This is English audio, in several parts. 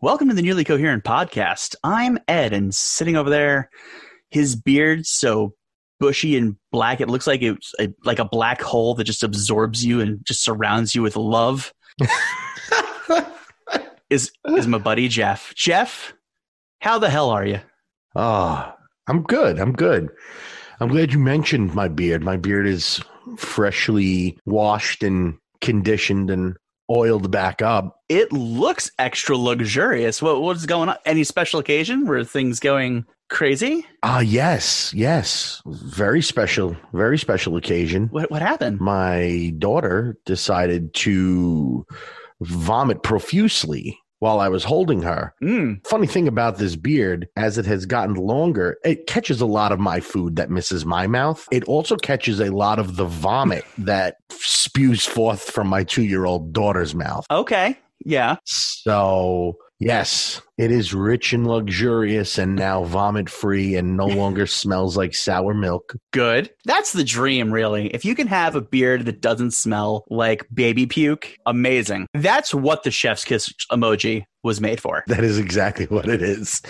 Welcome to the Nearly Coherent podcast. I'm Ed, and sitting over there, his beard so bushy and black, it looks like it's a, like a black hole that just absorbs you and just surrounds you with love. is is my buddy Jeff? Jeff, how the hell are you? Ah, I'm good. I'm good. I'm glad you mentioned my beard. My beard is freshly washed and conditioned and oiled back up. It looks extra luxurious. What what's going on? Any special occasion? Were things going crazy? Ah, yes, yes. Very special, very special occasion. What what happened? My daughter decided to vomit profusely while I was holding her. Mm. Funny thing about this beard, as it has gotten longer, it catches a lot of my food that misses my mouth. It also catches a lot of the vomit that spews forth from my two year old daughter's mouth. Okay. Yeah. So, yes, it is rich and luxurious and now vomit free and no longer smells like sour milk. Good. That's the dream, really. If you can have a beard that doesn't smell like baby puke, amazing. That's what the chef's kiss emoji was made for. That is exactly what it is.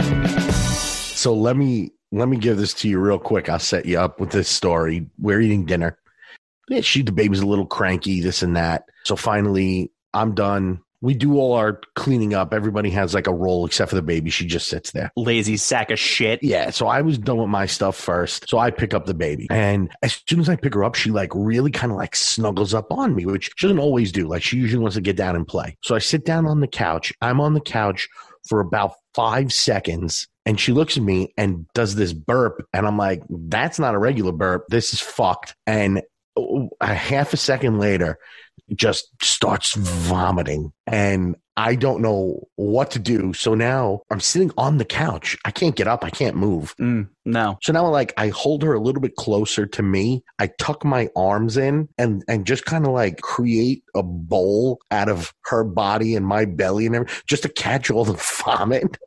So let me let me give this to you real quick. I'll set you up with this story. We're eating dinner. Yeah, she the baby's a little cranky, this and that. So finally, I'm done. We do all our cleaning up. Everybody has like a roll except for the baby. She just sits there. Lazy sack of shit. Yeah, so I was done with my stuff first. So I pick up the baby. And as soon as I pick her up, she like really kind of like snuggles up on me, which she doesn't always do. Like she usually wants to get down and play. So I sit down on the couch. I'm on the couch for about five seconds. And she looks at me and does this burp. And I'm like, that's not a regular burp. This is fucked. And uh, a half a second later, just starts vomiting and I don't know what to do. So now I'm sitting on the couch. I can't get up. I can't move. Mm, no. So now like I hold her a little bit closer to me. I tuck my arms in and and just kind of like create a bowl out of her body and my belly and everything just to catch all the vomit.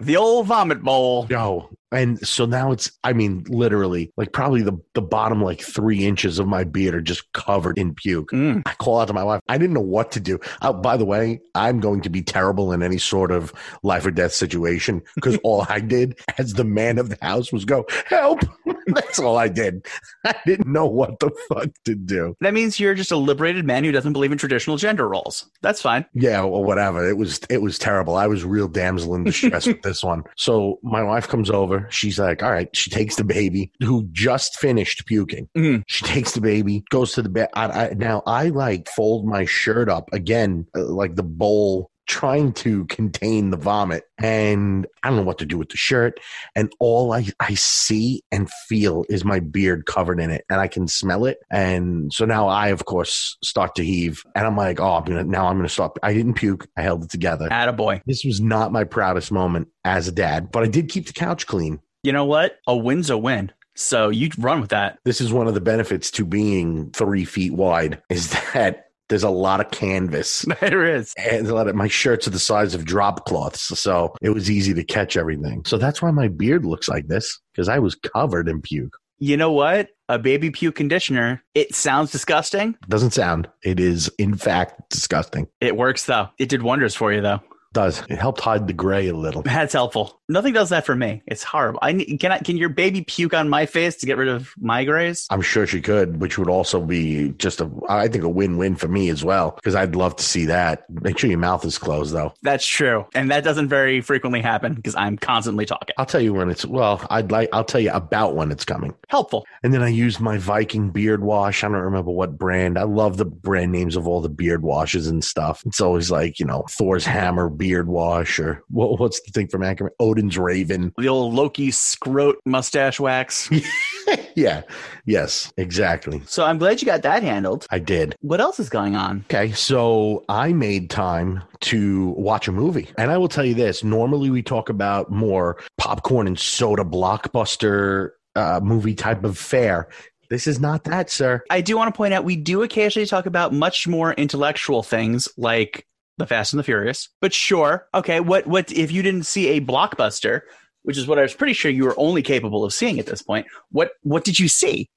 The old vomit bowl. No. And so now it's I mean literally like probably the the bottom like 3 inches of my beard are just covered in puke. Mm. I call out to my wife. I didn't know what to do. Oh, by the way, I'm going to be terrible in any sort of life or death situation because all I did as the man of the house was go, help. That's all I did. I didn't know what the fuck to do. That means you're just a liberated man who doesn't believe in traditional gender roles. That's fine. Yeah, or whatever. It was it was terrible. I was real damsel in distress with this one. So my wife comes over. She's like, all right. She takes the baby who just finished puking. Mm. She takes the baby, goes to the bed. I, I, now I like fold my shirt up again, uh, like the bowl, trying to contain the vomit. And I don't know what to do with the shirt. And all I, I see and feel is my beard covered in it, and I can smell it. And so now I, of course, start to heave. And I'm like, oh, I'm gonna, now I'm going to stop. I didn't puke. I held it together. Attaboy. This was not my proudest moment as a dad, but I did keep the couch clean. You know what? A win's a win. So you run with that. this is one of the benefits to being three feet wide is that there's a lot of canvas There is. and a lot of my shirts are the size of drop cloths so it was easy to catch everything so that's why my beard looks like this because i was covered in puke You know what? A baby puke conditioner. It sounds disgusting. doesn't sound it is in fact disgusting It works though. It did wonders for you though. does it helped hide the gray a little That's helpful. Nothing does that for me. It's horrible. I need, can I, can your baby puke on my face to get rid of my grays? i'm sure she could which would also be just a i think a win-win for me as well because i'd love to see that make sure your mouth is closed though That's true, and that doesn't very frequently happen because I'm constantly talking. i'll tell you when it's well i'd like i'll tell you about when it's coming Helpful. And then I used my Viking beard wash. I don't remember what brand. I love the brand names of all the beard washes and stuff. It's always like, you know, Thor's Hammer beard wash or what, what's the thing from Ackerman? Odin's Raven. The old Loki scrote mustache wax. yeah. Yes. Exactly. So I'm glad you got that handled. I did. What else is going on? Okay, so I made time to watch a movie. And I will tell you this normally we talk about more popcorn and soda blockbuster uh, movie type of fare. This is not that, sir. I do want to point out we do occasionally talk about much more intellectual things like The Fast and the Furious. But sure, okay, what what if you didn't see a blockbuster, which is what I was pretty sure you were only capable of seeing at this point, what what did you see?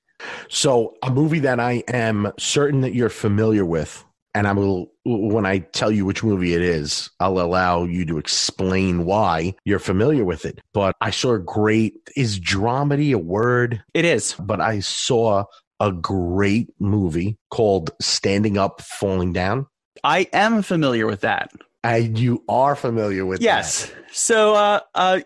So, a movie that I am certain that you're familiar with, and I will, when I tell you which movie it is, I'll allow you to explain why you're familiar with it. But I saw a great, is dramedy a word? It is. But I saw a great movie called Standing Up, Falling Down. I am familiar with that. And you are familiar with yes. that. So uh, uh,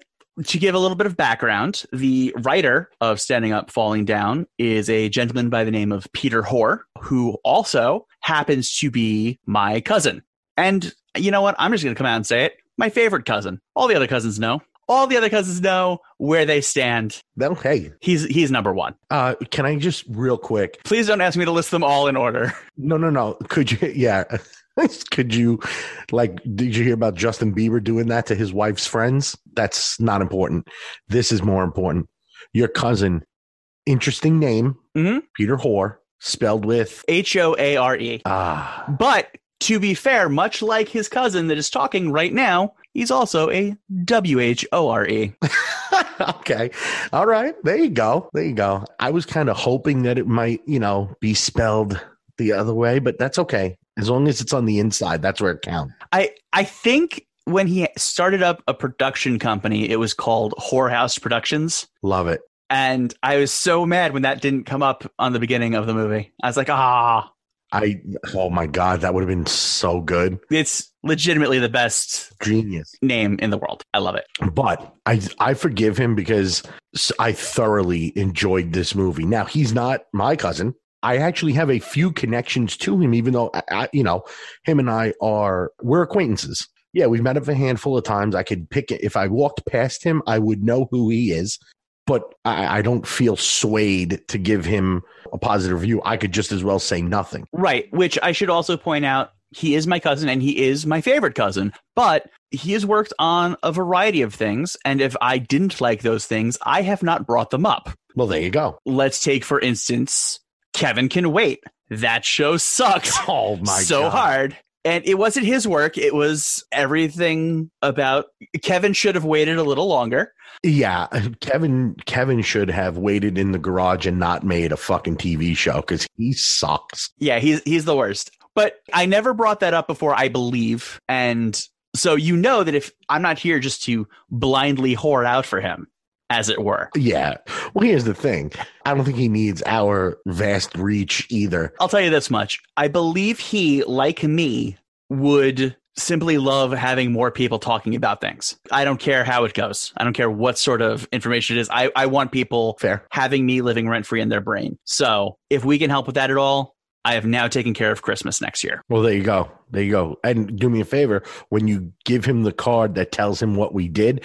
to give a little bit of background, the writer of Standing Up, Falling Down is a gentleman by the name of Peter Hoare, who also happens to be my cousin. And you know what? I'm just going to come out and say it. My favorite cousin. All the other cousins know. All the other cousins know where they stand. Then, hey, He's he's number one. uh, can I just real quick Please don't ask me to list them all in order. No, no, no. Could you? Yeah. Could you? Like, did you hear about Justin Bieber doing that to his wife's friends? That's not important. This is more important. Your cousin, interesting name, Mhm. Peter Hoare, spelled with H O A R E. ah. But to be fair, much like his cousin that is talking right now, he's also a W H O R E. okay, all right. There you go. There you go. I was kind of hoping that it might, you know, be spelled the other way, but that's okay. As long as it's on the inside, that's where it counts. I I think when he started up a production company, it was called Whorehouse Productions. Love it. And I was so mad when that didn't come up on the beginning of the movie. I was like, ah, I oh my god, that would have been so good. it's legitimately the best Genius. name in the world. I love it. but I I forgive him because s- I thoroughly enjoyed this movie. Now he's not my cousin. I actually have a few connections to him, even though I, I, you know him and I are we're acquaintances. Yeah, we've met up a handful of times. I could pick if I walked past him, I would know who he is. But I, I don't feel swayed to give him a positive review. I could just as well say nothing. Right, which I should also point out, he is my cousin and he is my favorite cousin, but he has worked on a variety of things, and if I didn't like those things, I have not brought them up. Well, there you go. Let's take for instance, Kevin Can Wait. That show sucks. Oh my so God. hard. And it wasn't his work. It was everything about Kevin should have waited a little longer. Yeah, Kevin Kevin should have waited in the garage and not made a fucking TV show because he sucks. Yeah, he's he's the worst. But I never brought that up before, I believe. And so you know that if I'm not here just to blindly whore out for him, as it were. Yeah. Well, here's the thing. I don't think he needs our vast reach either. I'll tell you this much. I believe he, like me, would simply love having more people talking about things. I don't care how it goes. I don't care what sort of information it is. I, I want people Fair. having me living rent free in their brain. So if we can help with that at all, I have now taken care of Christmas next year. Well, there you go. There you go. And do me a favor when you give him the card that tells him what we did,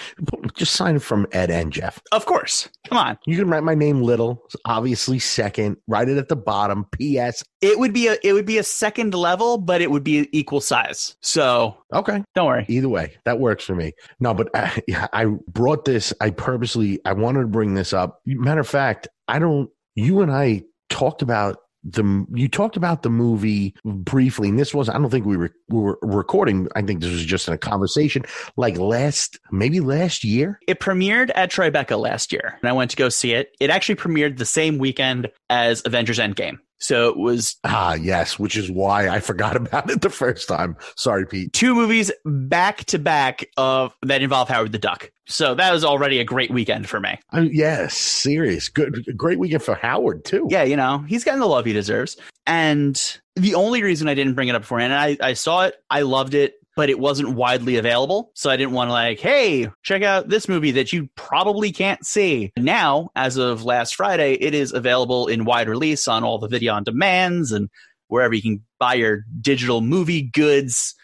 just sign it from Ed and Jeff. Of course. Come on. You can write my name little, obviously second. Write it at the bottom. P.S. It would be a it would be a second level, but it would be equal size. So Okay. don't worry. either way that works for me no but uh, yeah, i brought this i purposely i wanted to bring this up matter of fact i don't you and i talked about the you talked about the movie briefly and this was i don't think we were, we were recording i think this was just in a conversation like last maybe last year It premiered at Tribeca last year, and I went to go see it. It actually premiered the same weekend as Avengers Endgame. So it was ah yes which is why i forgot about it the first time sorry pete two movies back to back of that involve Howard the Duck. So that was already a great weekend for me. I, yes serious good great weekend for howard too yeah, you know, he's gotten the love he deserves. And the only reason I didn't bring it up beforehand, and I, I saw it, I loved it, but it wasn't widely available. So I didn't want to, like, hey, check out this movie that you probably can't see. Now, as of last Friday, it is available in wide release on all the video on demands and wherever you can buy your digital movie goods.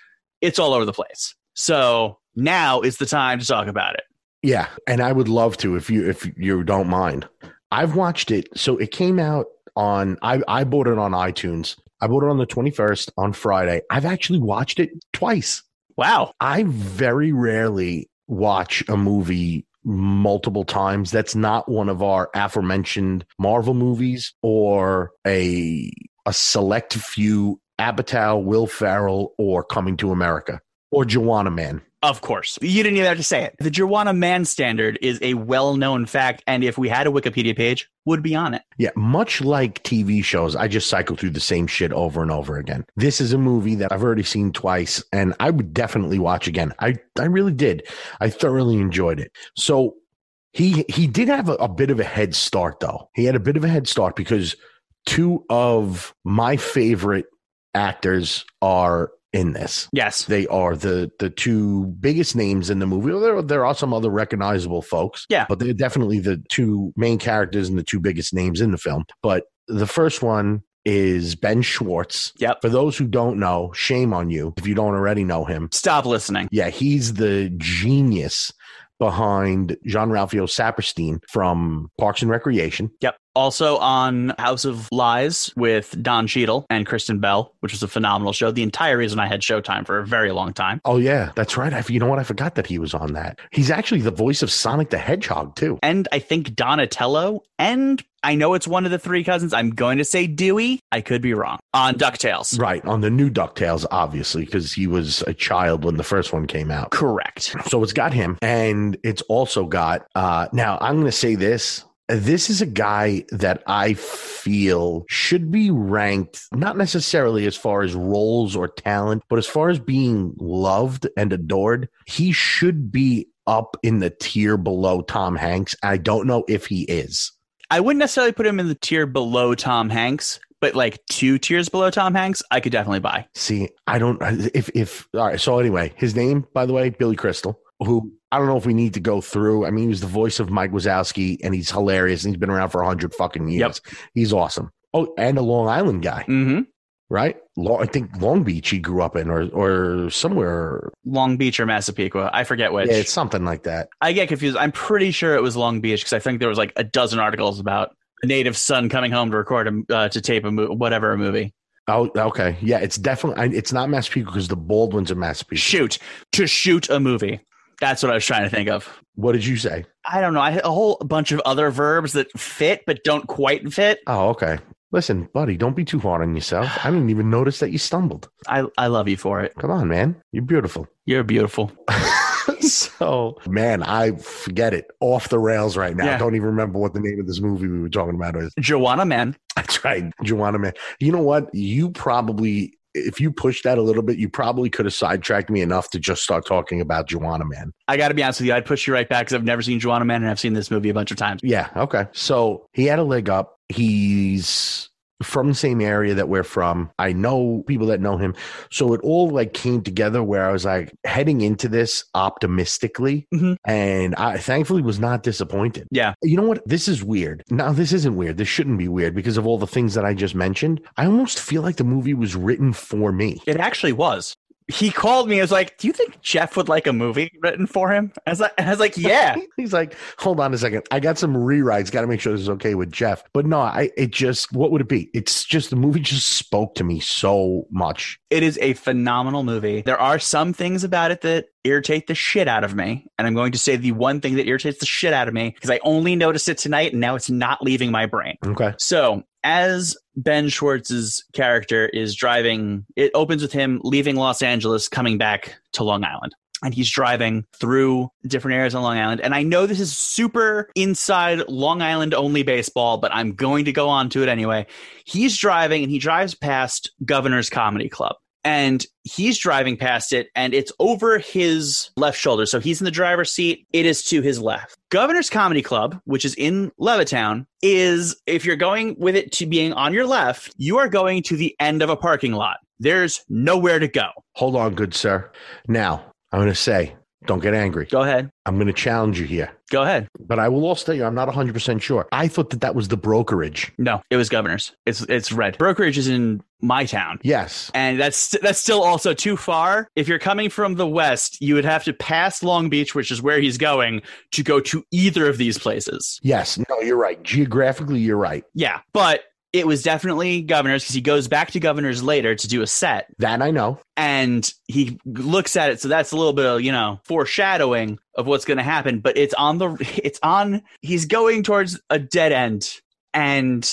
It's all over the place. So now is the time to talk about it. Yeah, and I would love to if you if you don't mind. I've watched it. So it came out on I, I bought it on iTunes. I bought it on the 21st on Friday. I've actually watched it twice. Wow. I very rarely watch a movie multiple times that's not one of our aforementioned Marvel movies or a a select few Apatow, Will Ferrell, or Coming to America or Joanna Man. Of course. You didn't even have to say it. The Joanna Man standard is a well known fact, and if we had a Wikipedia page, would be on it. Yeah, much like TV shows, I just cycle through the same shit over and over again. This is a movie that I've already seen twice and I would definitely watch again. I, I really did. I thoroughly enjoyed it. So he he did have a, a bit of a head start though. He had a bit of a head start because two of my favorite actors are in this. Yes. They are the the two biggest names in the movie. Well, There there are some other recognizable folks. Yeah. But they're definitely the two main characters and the two biggest names in the film. But the first one is Ben Schwartz. Yep. For those who don't know, shame on you if you don't already know him. Stop listening. Yeah, he's the genius behind Jean Ralphio Saperstein from Parks and Recreation. Yep. Also on House of Lies with Don Cheadle and Kristen Bell, which was a phenomenal show. The entire reason I had Showtime for a very long time. Oh yeah, that's right. I, you know what? I forgot that he was on that. He's actually the voice of Sonic the Hedgehog too. And I think Donatello, and I know it's one of the three cousins. I'm going to say Dewey. I could be wrong. On DuckTales. Right, on the new DuckTales, obviously, because he was a child when the first one came out. Correct. So it's got him. And it's also got, uh, now I'm going to say this. This is a guy that I feel should be ranked, not necessarily as far as roles or talent, but as far as being loved and adored, he should be up in the tier below Tom Hanks. I don't know if he is. I wouldn't necessarily put him in the tier below Tom Hanks, but like two tiers below Tom Hanks, I could definitely buy. See, I don't if if all right. So anyway, his name, by the way, Billy Crystal, who I don't know if we need to go through. I mean, he was the voice of Mike Wazowski, and he's hilarious, and he's been around for hundred fucking years. He's awesome. Oh, and a Long Island guy, hmm right? Long, I think Long Beach he grew up in, or or somewhere. Long Beach or Massapequa. I forget which. Yeah, it's something like that. I get confused. I'm pretty sure it was Long Beach because I think there was like a dozen articles about a native son coming home to record a, uh, to tape a mo- whatever a movie. Oh, okay. Yeah, it's definitely. I- It's not Massapequa because the Baldwin's are Massapequa. Shoot to shoot a movie. That's what I was trying to think of. What did you say? I don't know. I had a whole bunch of other verbs that fit but don't quite fit. Oh, okay. Listen, buddy, don't be too hard on yourself. I didn't even notice that you stumbled. I I love you for it. Come on, man. You're beautiful. You're beautiful. so man, I forget it off the rails right now. Yeah. I don't even remember what the name of this movie we were talking about is. Joanna Man. That's right, Joanna Man. You know what? You probably, if you pushed that a little bit, you probably could have sidetracked me enough to just start talking about Joanna Man. I got to be honest with you. I'd push you right back because I've never seen Joanna Man and I've seen this movie a bunch of times. Yeah. Okay. So he had a leg up. He's from the same area that we're from. I know people that know him. So it all like came together where I was like heading into this optimistically Mhm. and I thankfully was not disappointed. Yeah. You know what? This is weird. Now this isn't weird. This shouldn't be weird because of all the things that I just mentioned. I almost feel like the movie was written for me. It actually was. He called me. I was like, "Do you think Jeff would like a movie written for him?" I was like, I was like "Yeah." He's like, hold on a second. I got some rewrites. Got to make sure this is okay with Jeff. But no, I it just what would it be? It's just the movie just spoke to me so much. It is a phenomenal movie. There are some things about it that irritate the shit out of me. And I'm going to say the one thing that irritates the shit out of me because I only noticed it tonight and now it's not leaving my brain. Okay. So, as Ben Schwartz's character is driving, it opens with him leaving Los Angeles, coming back to Long Island. And he's driving through different areas on Long Island. And I know this is super inside Long Island only baseball, but I'm going to go on to it anyway. He's driving and he drives past Governor's Comedy Club. And he's driving past it and it's over his left shoulder. So he's in the driver's seat. It is to his left. Governor's Comedy Club, which is in Levittown, is if you're going with it to being on your left, you are going to the end of a parking lot. There's nowhere to go. Hold on, good sir. Now I'm gonna say, don't get angry. Go ahead. I'm gonna challenge you here. Go ahead. But I will also tell you, I'm not 100% sure. I thought that that was the brokerage. No, it was Governors. It's it's red. Brokerage is in my town. Yes. And that's that's still also too far. If you're coming from the west, you would have to pass Long Beach, which is where he's going, to go to either of these places. Yes. No, you're right. Geographically, you're right. Yeah, but it was definitely Governors because he goes back to Governors later to do a set, That I know. and he looks at it. So that's a little bit of you know foreshadowing of what's going to happen. But it's on the it's on. He's going towards a dead end, and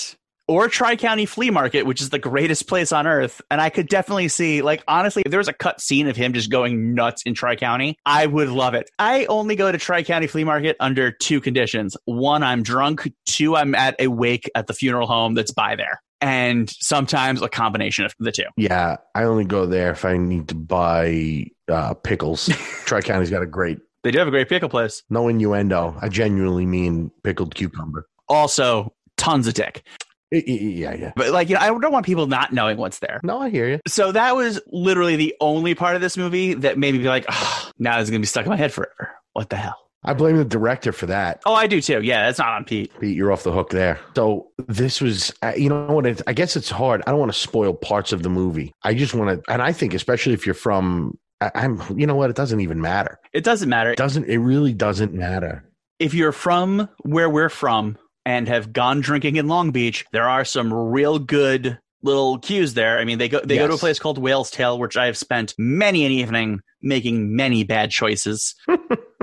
or Tri County Flea Market, which is the greatest place on earth. And I could definitely see, like honestly, if there was a cut scene of him just going nuts in Tri County, I would love it. I only go to Tri County Flea Market under two conditions: one, I'm drunk; two, I'm at a wake at the funeral home that's by there. And sometimes a combination of the two. Yeah. I only go there if I need to buy uh, pickles. Tri County's got a great, They do have a great pickle place. no innuendo. I genuinely mean pickled cucumber. also tons of dick. I- I- I- Yeah. Yeah. But like, you know, I don't want people not knowing what's there. No, I hear you. So that was literally the only part of this movie that made me be like, "Ugh, now it's gonna be stuck in my head forever. What the hell? I blame the director for that. Oh, I do too. Yeah, that's not on Pete. Pete, you're off the hook there. So this was, uh, you know what? It, I guess it's hard. I don't want to spoil parts of the movie. I just want to, and I think especially if you're from, I, I'm, you know what? It doesn't even matter. It doesn't matter It doesn't. It really doesn't matter. if you're from where we're from and have gone drinking in Long Beach. There are some real good little cues there. I mean, they go they go to a Yes. place called Whale's Tail, which I have spent many an evening making many bad choices.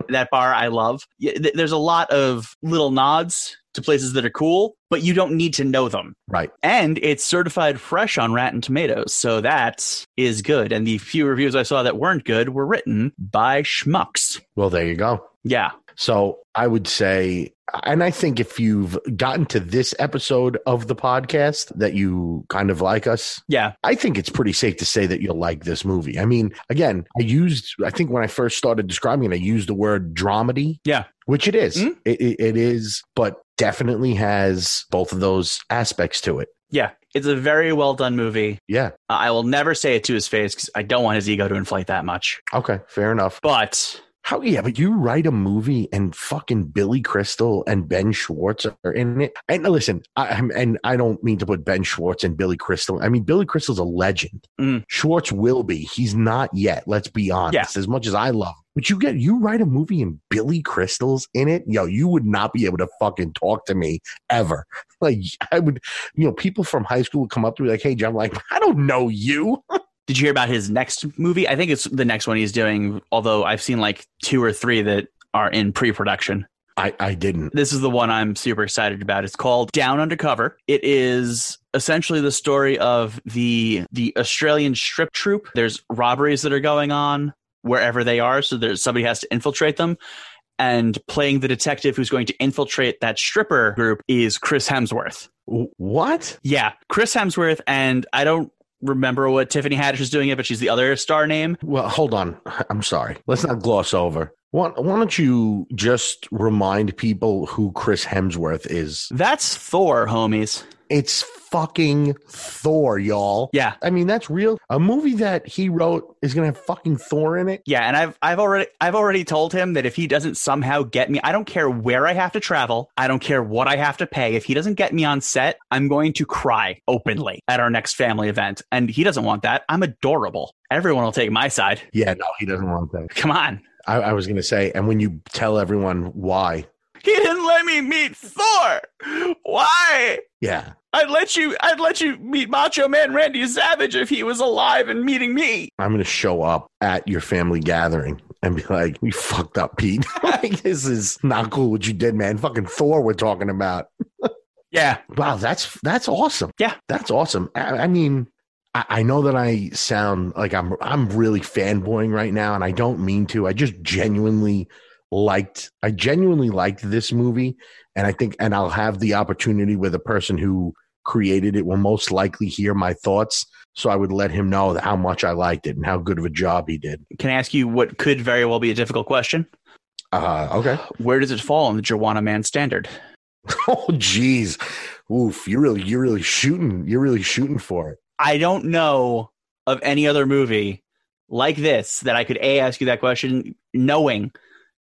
that bar I love. Y- th- There's a lot of little nods to places that are cool, but you don't need to know them. Right. And it's certified fresh on Rotten Tomatoes, so that is good. And the few reviews I saw that weren't good were written by schmucks. Well, there you go. Yeah, So I would say, and I think if you've gotten to this episode of the podcast that you kind of like us, yeah, I think it's pretty safe to say that you'll like this movie. I mean, again, I used, I think when I first started describing it, I used the word dramedy. Yeah. Which it is. Mhm. It, it, it is, but definitely has both of those aspects to it. yeah. It's a very well done movie. Uh, Yeah. I will never say it to his face because I don't want his ego to inflate that much. Okay. Fair enough. But How, yeah, but you write a movie and fucking Billy Crystal and Ben Schwartz are in it. And uh, listen, I, I'm- and I don't mean to put Ben Schwartz and Billy Crystal. I mean, Billy Crystal's a legend. Mm. Schwartz will be. He's not yet. Let's be honest. Yeah. As much as I love, him. but you get you write a movie and Billy Crystal's in it. Yo, you would not be able to fucking talk to me ever. Like I would, you know, people from high school would come up to me like, "Hey, John," I'm like, I don't know you. did you hear about his next movie? I think it's the next one he's doing, although I've seen like two or three that are in pre production. I I didn't. This is the one I'm super excited about. It's called Down Undercover. It is essentially the story of the the Australian strip troupe. There's robberies that are going on wherever they are, so there's somebody has to infiltrate them. And playing the detective who's going to infiltrate that stripper group is Chris Hemsworth. Wh- What? Yeah, Chris Hemsworth and I don't remember what Tiffany Haddish is doing it, but she's the other star name. Well, hold on. I'm sorry. Let's not gloss over. Why, why don't you just remind people who Chris Hemsworth is? That's Thor, homies. It's fucking Thor, y'all. Yeah. I mean, that's real. A movie that he wrote is going to have fucking Thor in it. Yeah, and I've I've already I've already told him that if he doesn't somehow get me, I don't care where I have to travel, I don't care what I have to pay. If he doesn't get me on set, I'm going to cry openly at our next family event. And he doesn't want that. I'm adorable. Everyone will take my side. Yeah, no, he doesn't want that. Come on. I, I was going to say, and when you tell everyone why, He didn't let me meet Thor. Why? yeah, I'd let you I'd let you meet Macho Man Randy Savage if he was alive and meeting me. I'm going to show up at your family gathering and be like, we fucked up, Pete. like, this is not cool what you did, man. Fucking Thor, we're talking about. Yeah. Wow, that's that's awesome. Yeah. that's awesome. I, I mean, I, I know that I sound like I'm I'm really fanboying right now, and I don't mean to. I just genuinely liked I genuinely liked this movie, and I think and I'll have the opportunity with a person who created it will most likely hear my thoughts. So I would let him know how much I liked it and how good of a job he did. Can I ask you what could very well be a difficult question? Uh, okay. Where does it fall on the Joanna Man standard? Oh, geez. Oof. You're really you're really shooting. You're really shooting for it. I don't know of any other movie like this that I could a ask you that question knowing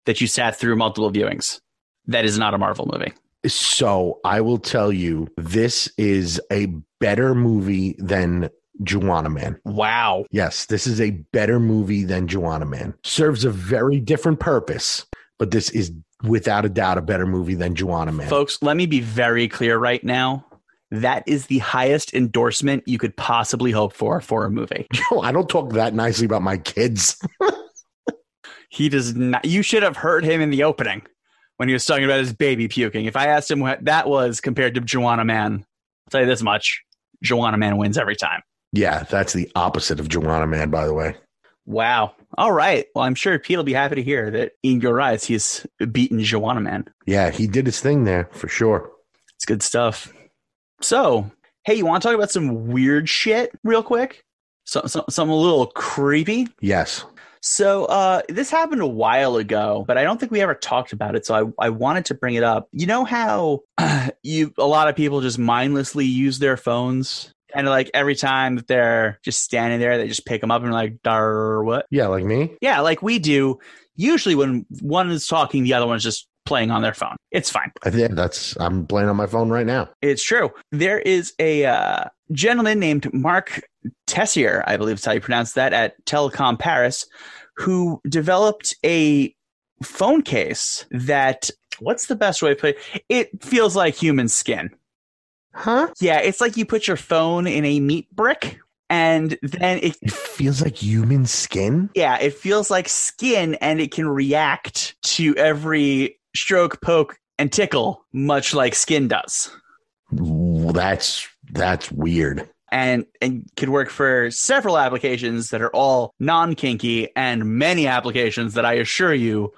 that you sat through multiple viewings. that is not a Marvel movie. So I will tell you, this is a better movie than Juana Man. Wow. Yes, this is a better movie than Juana Man. Serves a very different purpose, but this is without a doubt a better movie than Juana Man. Folks, let me be very clear right now. That is the highest endorsement you could possibly hope for for a movie. Yo, I don't talk that nicely about my kids. He does not. You should have heard him in the opening when he was talking about his baby puking. If I asked him what that was compared to Joanna Man, I'll tell you this much: Joanna Man wins every time. yeah, that's the opposite of Juana Man, by the way. Wow. All right. Well, I'm sure Pete will be happy to hear that in your eyes he's beaten Joanna Man. Yeah, he did his thing there for sure. It's good stuff. So, hey, you want to talk about some weird shit real quick? So, so, something a little creepy. Yes. So uh, this happened a while ago, but I don't think we ever talked about it. So I, I wanted to bring it up. You know how you a lot of people just mindlessly use their phones, and like every time that they're just standing there, they just pick them up and like, dar what? Yeah, like me. Yeah, like we do. Usually, when one is talking, the other one's just playing on their phone. It's fine. I think that's I'm playing on my phone right now. It's true. There is a uh, gentleman named Mark Tessier, I believe is how you pronounce that, at Telecom Paris, who developed a phone case that. What's the best way to put it? It feels like human skin. Huh? Yeah, it's like you put your phone in a meat brick and then it It feels like human skin. yeah, it feels like skin and it can react to every stroke, poke, and tickle, much like skin does. Well, that's that's weird. and and could work for several applications that are all non kinky and many applications that I assure you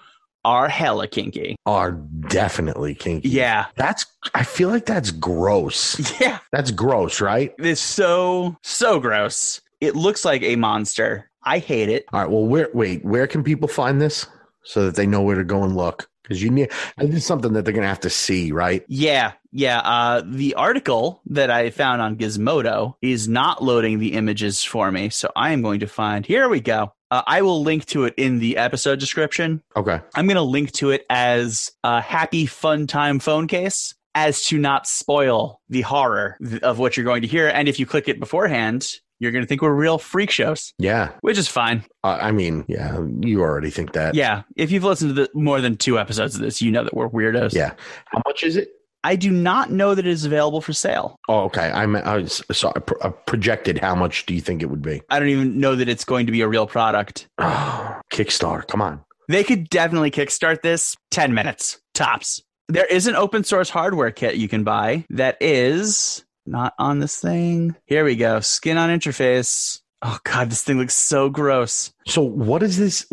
are hella kinky. Are definitely kinky. Yeah. That's I feel like that's gross. Yeah. That's gross, right? It's so so gross. It looks like a monster. I hate it. All right. Well, where wait, where can people find this so that they know where to go and look? Because you need this is something that they're gonna have to see, right? Yeah, yeah. Uh, the article that I found on Gizmodo is not loading the images for me, so I am going to find. Here we go. Uh, I will link to it in the episode description. Okay. I'm going to link to it as a happy, fun time phone case as to not spoil the horror th- of what you're going to hear. And if you click it beforehand, you're going to think we're real freak shows, Yeah. which is fine. Uh, I mean, yeah, you already think that. Yeah. If you've listened to the, more than two episodes of this, you know that we're weirdos. Yeah. How much is it? I do not know that it is available for sale. Oh, okay. I'm I was, sorry. Pro- uh, projected. How much do you think it would be? I don't even know that it's going to be a real product. Oh, Kickstarter. Come on. They could definitely kickstart this 10 minutes tops. There is an open source hardware kit you can buy that is not on this thing. Here we go. Skin on interface. Oh god, this thing looks so gross. So, what is this?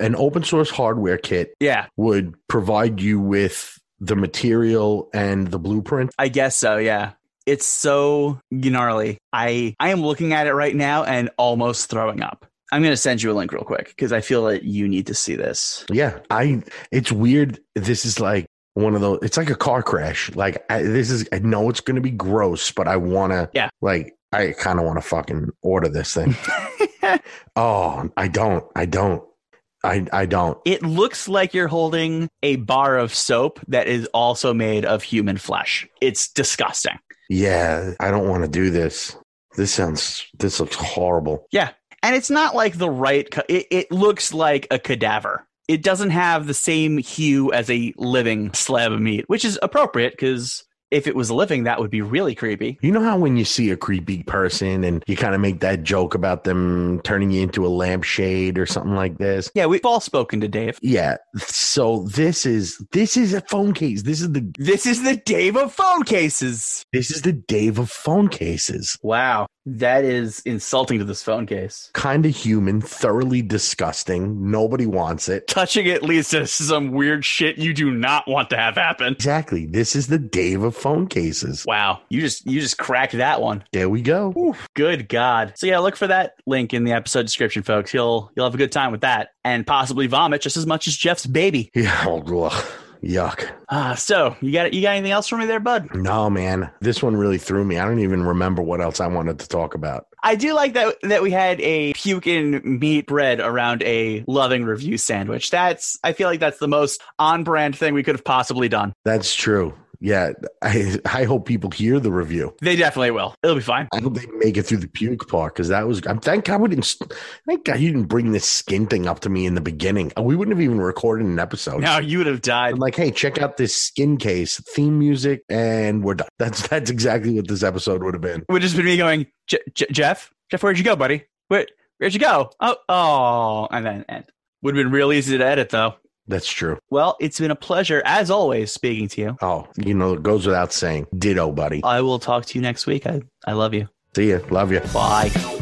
An open source hardware kit Yeah, would provide you with the material and the blueprint. I guess so, yeah. It's so gnarly. I I am looking at it right now and almost throwing up. I'm going to send you a link real quick because I feel that you need to see this. Yeah, I. It's weird. This is like one of those. It's like a car crash. Like I, this is. I know it's going to be gross, but I want to. Yeah. Like I kind of want to fucking order this thing. oh, I don't. I don't. I I don't. It looks like you're holding a bar of soap that is also made of human flesh. It's disgusting. Yeah, I don't want to do this. This sounds. This looks horrible. And it's not like the right, co- it, it looks like a cadaver. It doesn't have the same hue as a living slab of meat, which is appropriate because if it was living, that would be really creepy. You know how when you see a creepy person and you kind of make that joke about them turning you into a lampshade or something like this? Yeah, we've all spoken to Dave. Yeah. So this is this is a phone case. This is the This is the Dave of phone cases. this is the Dave of phone cases. Wow. That is insulting to this phone case. Kind of human, thoroughly disgusting. Nobody wants it. Touching it leads to some weird shit you do not want to have happen. Exactly. This is the Dave of phone cases. Wow, you just you just cracked that one. There we go. Good God! So yeah, look for that link in the episode description, folks. You'll you'll have a good time with that, and possibly vomit just as much as Jeff's baby. Yeah. oh, ugh. Yuck. Uh, so you got you got anything else for me there, bud? No, man. This one really threw me. I don't even remember what else I wanted to talk about. I do like that that we had a puke in meat bread around a loving review sandwich. That's I feel like that's the most on brand thing we could have possibly done. That's true. Yeah, I I hope people hear the review. They definitely will. It'll be fine. I hope they make it through the puke part because that was. I'm thank God we didn't. Thank God you didn't bring this skin thing up to me in the beginning. Uh, We wouldn't have even recorded an episode. Now you would have died. I'm like, hey, check out this skin case, theme music, and we're done. That's that's exactly what this episode would have been. It would just been me going, J- J- Jeff, Jeff, where'd you go, buddy? Where where'd you go? Oh, oh, and then end. Would have been real easy to edit though. That's true. Well, it's been a pleasure as always speaking to you. Oh, you know, it goes without saying. Ditto, buddy. I will talk to you next week. I, I love you. See ya. Love you. Bye.